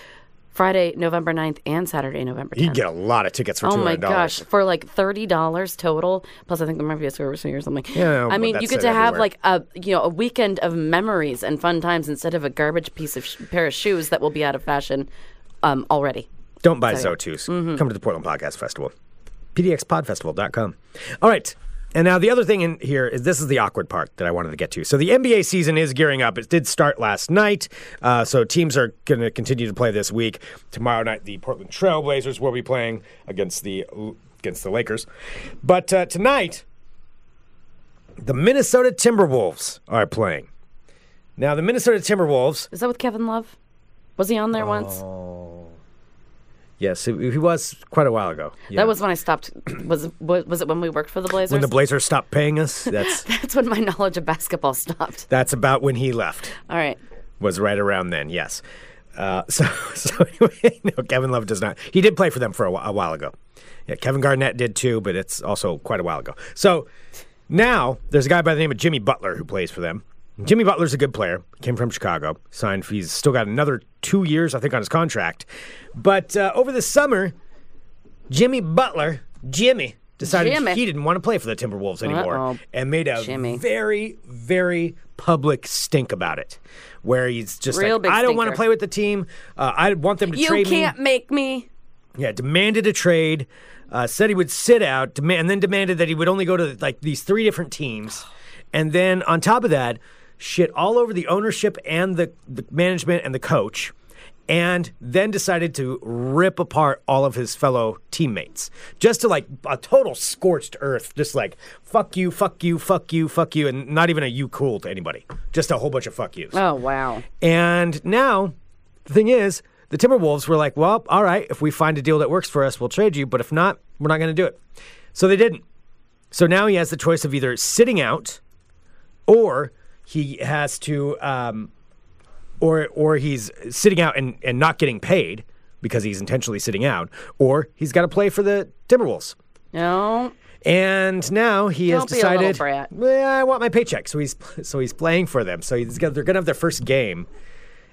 Friday, November 9th, and Saturday, November 10th.
You can get a lot of tickets for
Oh
$200.
my gosh! For like thirty dollars total, plus I think there might be a service fee or something.
Yeah,
I
well,
mean, you
that's
get
it
to have
everywhere.
like a you know a weekend of memories and fun times instead of a garbage piece of sh- pair of shoes that will be out of fashion um, already.
Don't buy Zotus. Come to the Portland Podcast Festival. PDXPodFestival.com. All right. And now the other thing in here is this is the awkward part that I wanted to get to. So the NBA season is gearing up. It did start last night. Uh, so teams are going to continue to play this week. Tomorrow night, the Portland Trailblazers will be playing against the against the Lakers. But uh, tonight, the Minnesota Timberwolves are playing. Now the Minnesota Timberwolves
Is that with Kevin Love? Was he on there once?
Yes, he he was quite a while ago. Yeah.
That was when I stopped. Was was was it when we worked for the Blazers?
when the Blazers stopped paying us. That's
That's when my knowledge of basketball stopped.
that's about when he left.
All right.
Was right around then. Yes. Uh, so so anyway, no, Kevin Love does not. He did play for them for a, whi- a while ago. Yeah, Kevin Garnett did too, but it's also quite a while ago. So now there's a guy by the name of Jimmy Butler who plays for them. Jimmy Butler's a good player. Came from Chicago. Signed. He's still got another two years, I think, on his contract. But uh, over the summer, Jimmy Butler, Jimmy, decided
Jimmy.
he didn't want to play for the Timberwolves anymore
Uh-oh.
and made a
Jimmy.
very, very public stink about it, where he's just
Real
like,
big
I don't want to
stinker.
play with the team. Uh, I want them to
You
trade
can't
me.
make me.
Yeah, demanded a trade. Uh, said he would sit out, demand, and then demanded that he would only go to like these three different teams, and then on top of that, shit all over the ownership and the, the management and the coach, and then decided to rip apart all of his fellow teammates just to like a total scorched earth, just like fuck you, fuck you, fuck you, fuck you, and not even a you cool to anybody, just a whole bunch of fuck yous.
Oh wow.
And now, the thing is, the Timberwolves were like, well, all right, if we find a deal that works for us, we'll trade you. But if not, we're not going to do it. So they didn't. So now he has the choice of either sitting out or he has to, um, or, or he's sitting out and, and not getting paid because he's intentionally sitting out, or he's got to play for the Timberwolves.
No.
And now he has
Don't be a little
decided,
brat.
"Well, I want my paycheck. So he's so he's playing for them. So he's got, they're going to have their first game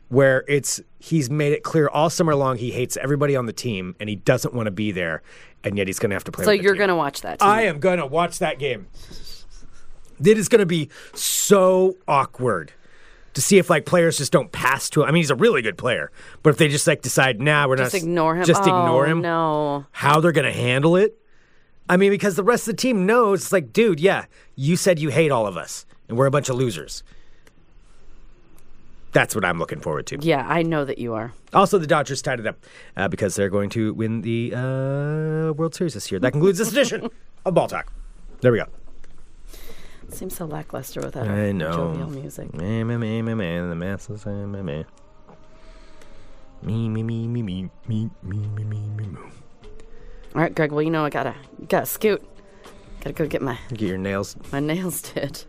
where it's he's made it clear all summer long he hates everybody on the team and he doesn't want to be there, and yet he's going to have to play.
So
with the
you're
team.
gonna watch that.
I am going to watch that game. It is going to be so awkward to see if like players just don't pass to him. I mean, he's a really good player, but if they just like decide, nah, we're
Just
not
ignore him.
Just
Oh,
ignore him
No.
how they're going to handle it. I mean, because the rest of the team knows, it's like, dude, yeah, you said you hate all of us, and we're a bunch of losers. That's what I'm looking forward to.
Yeah, I know that you are.
Also, the Dodgers tied it up uh, because they're going to win the uh, World Series this year. That concludes this edition of Ball Talk. There we go.
Seems so lackluster without
I know.
jovial music.
Meh, meh, meh, meh, meh, the masses, eh, meh, meh. Me, me, me, me, me, me, me, me, me, me, me.
All right, Greg. Well, you know I gotta gotta scoot. Gotta go get my
Get your nails.
my nails did.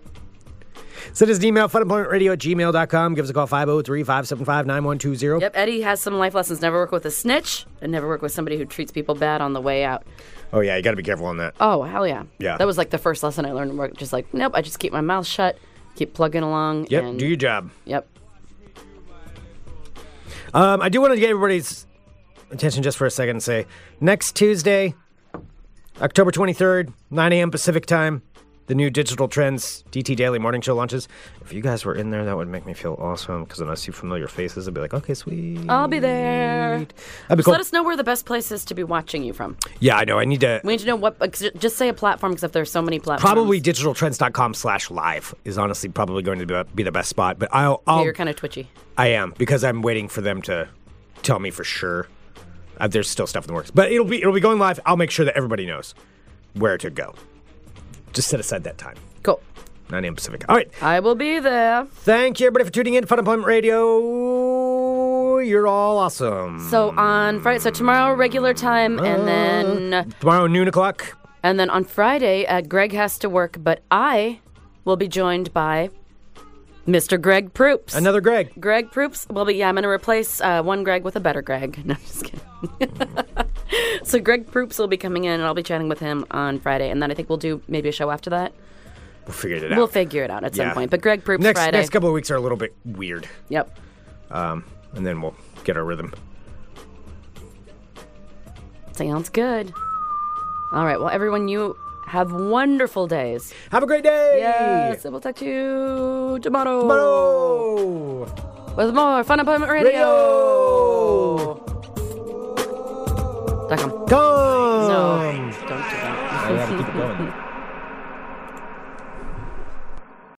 Send us an email, funemploymentradio at gmail.com. Give us a call, 503 575 9120.
Yep. Eddie has some life lessons. Never work with a snitch, and never work with somebody who treats people bad on the way out.
Oh, yeah, you got to be careful on that.
Oh hell yeah.
Yeah.
That was like the first lesson I learned. in Work just like nope. I just keep my mouth shut. Keep plugging along.
Yep,
and-
do your job.
Yep.
Um, I do want to get everybody's attention just for a second and say next Tuesday, October 23rd, 9 a.m. Pacific time, the new Digital Trends DT Daily Morning Show launches. If you guys were in there, that would make me feel awesome because then I see familiar faces. I'd be like, okay, sweet.
I'll be there.
That'd be
Just
cool.
let us know where the best place is to be watching you from.
yeah, I know. I need to.
We need to know what. like, ju- Just say a platform because if there's so many platforms,
Probably digitaltrends.com slash live is honestly probably going to be- be the best spot, but I'll, I'll
Yeah, you're kind of twitchy.
I am because I'm waiting for them to tell me for sure. Uh, there's still stuff in the works, but it'll be it'll be going live. I'll make sure that everybody knows where to go. Just set aside that time,
Cool.
9 a.m. Pacific. All right,
I will be there.
thank you everybody for tuning in. Fun Employment Radio, you're all awesome.
So on Friday, so tomorrow regular time,
Uh.
and then
Tomorrow noon o'clock.
and then on Friday, uh, Greg has to work, but I will be joined by Mr. Greg Proops.
Another Greg.
Greg Proops will be. Yeah, I'm going to replace uh, one Greg with a better Greg. No, I'm just kidding. so Greg Proops will be coming in, and I'll be chatting with him on Friday, and then I think we'll do maybe a show after that.
We'll figure it out.
We'll figure it out at some
Yeah.
point. But Greg Proops
next
Friday.
next couple of weeks are a little bit weird, Um,
yep.
and then we'll get our rhythm.
Sounds good. All right. Well, everyone, you have wonderful days.
Have a great day.
Yes, and we'll talk to you tomorrow.
Tomorrow.
With more Fun Employment Radio.
Radio.
Dot com.
Come.
No, don't do that.
I gotta keep it going.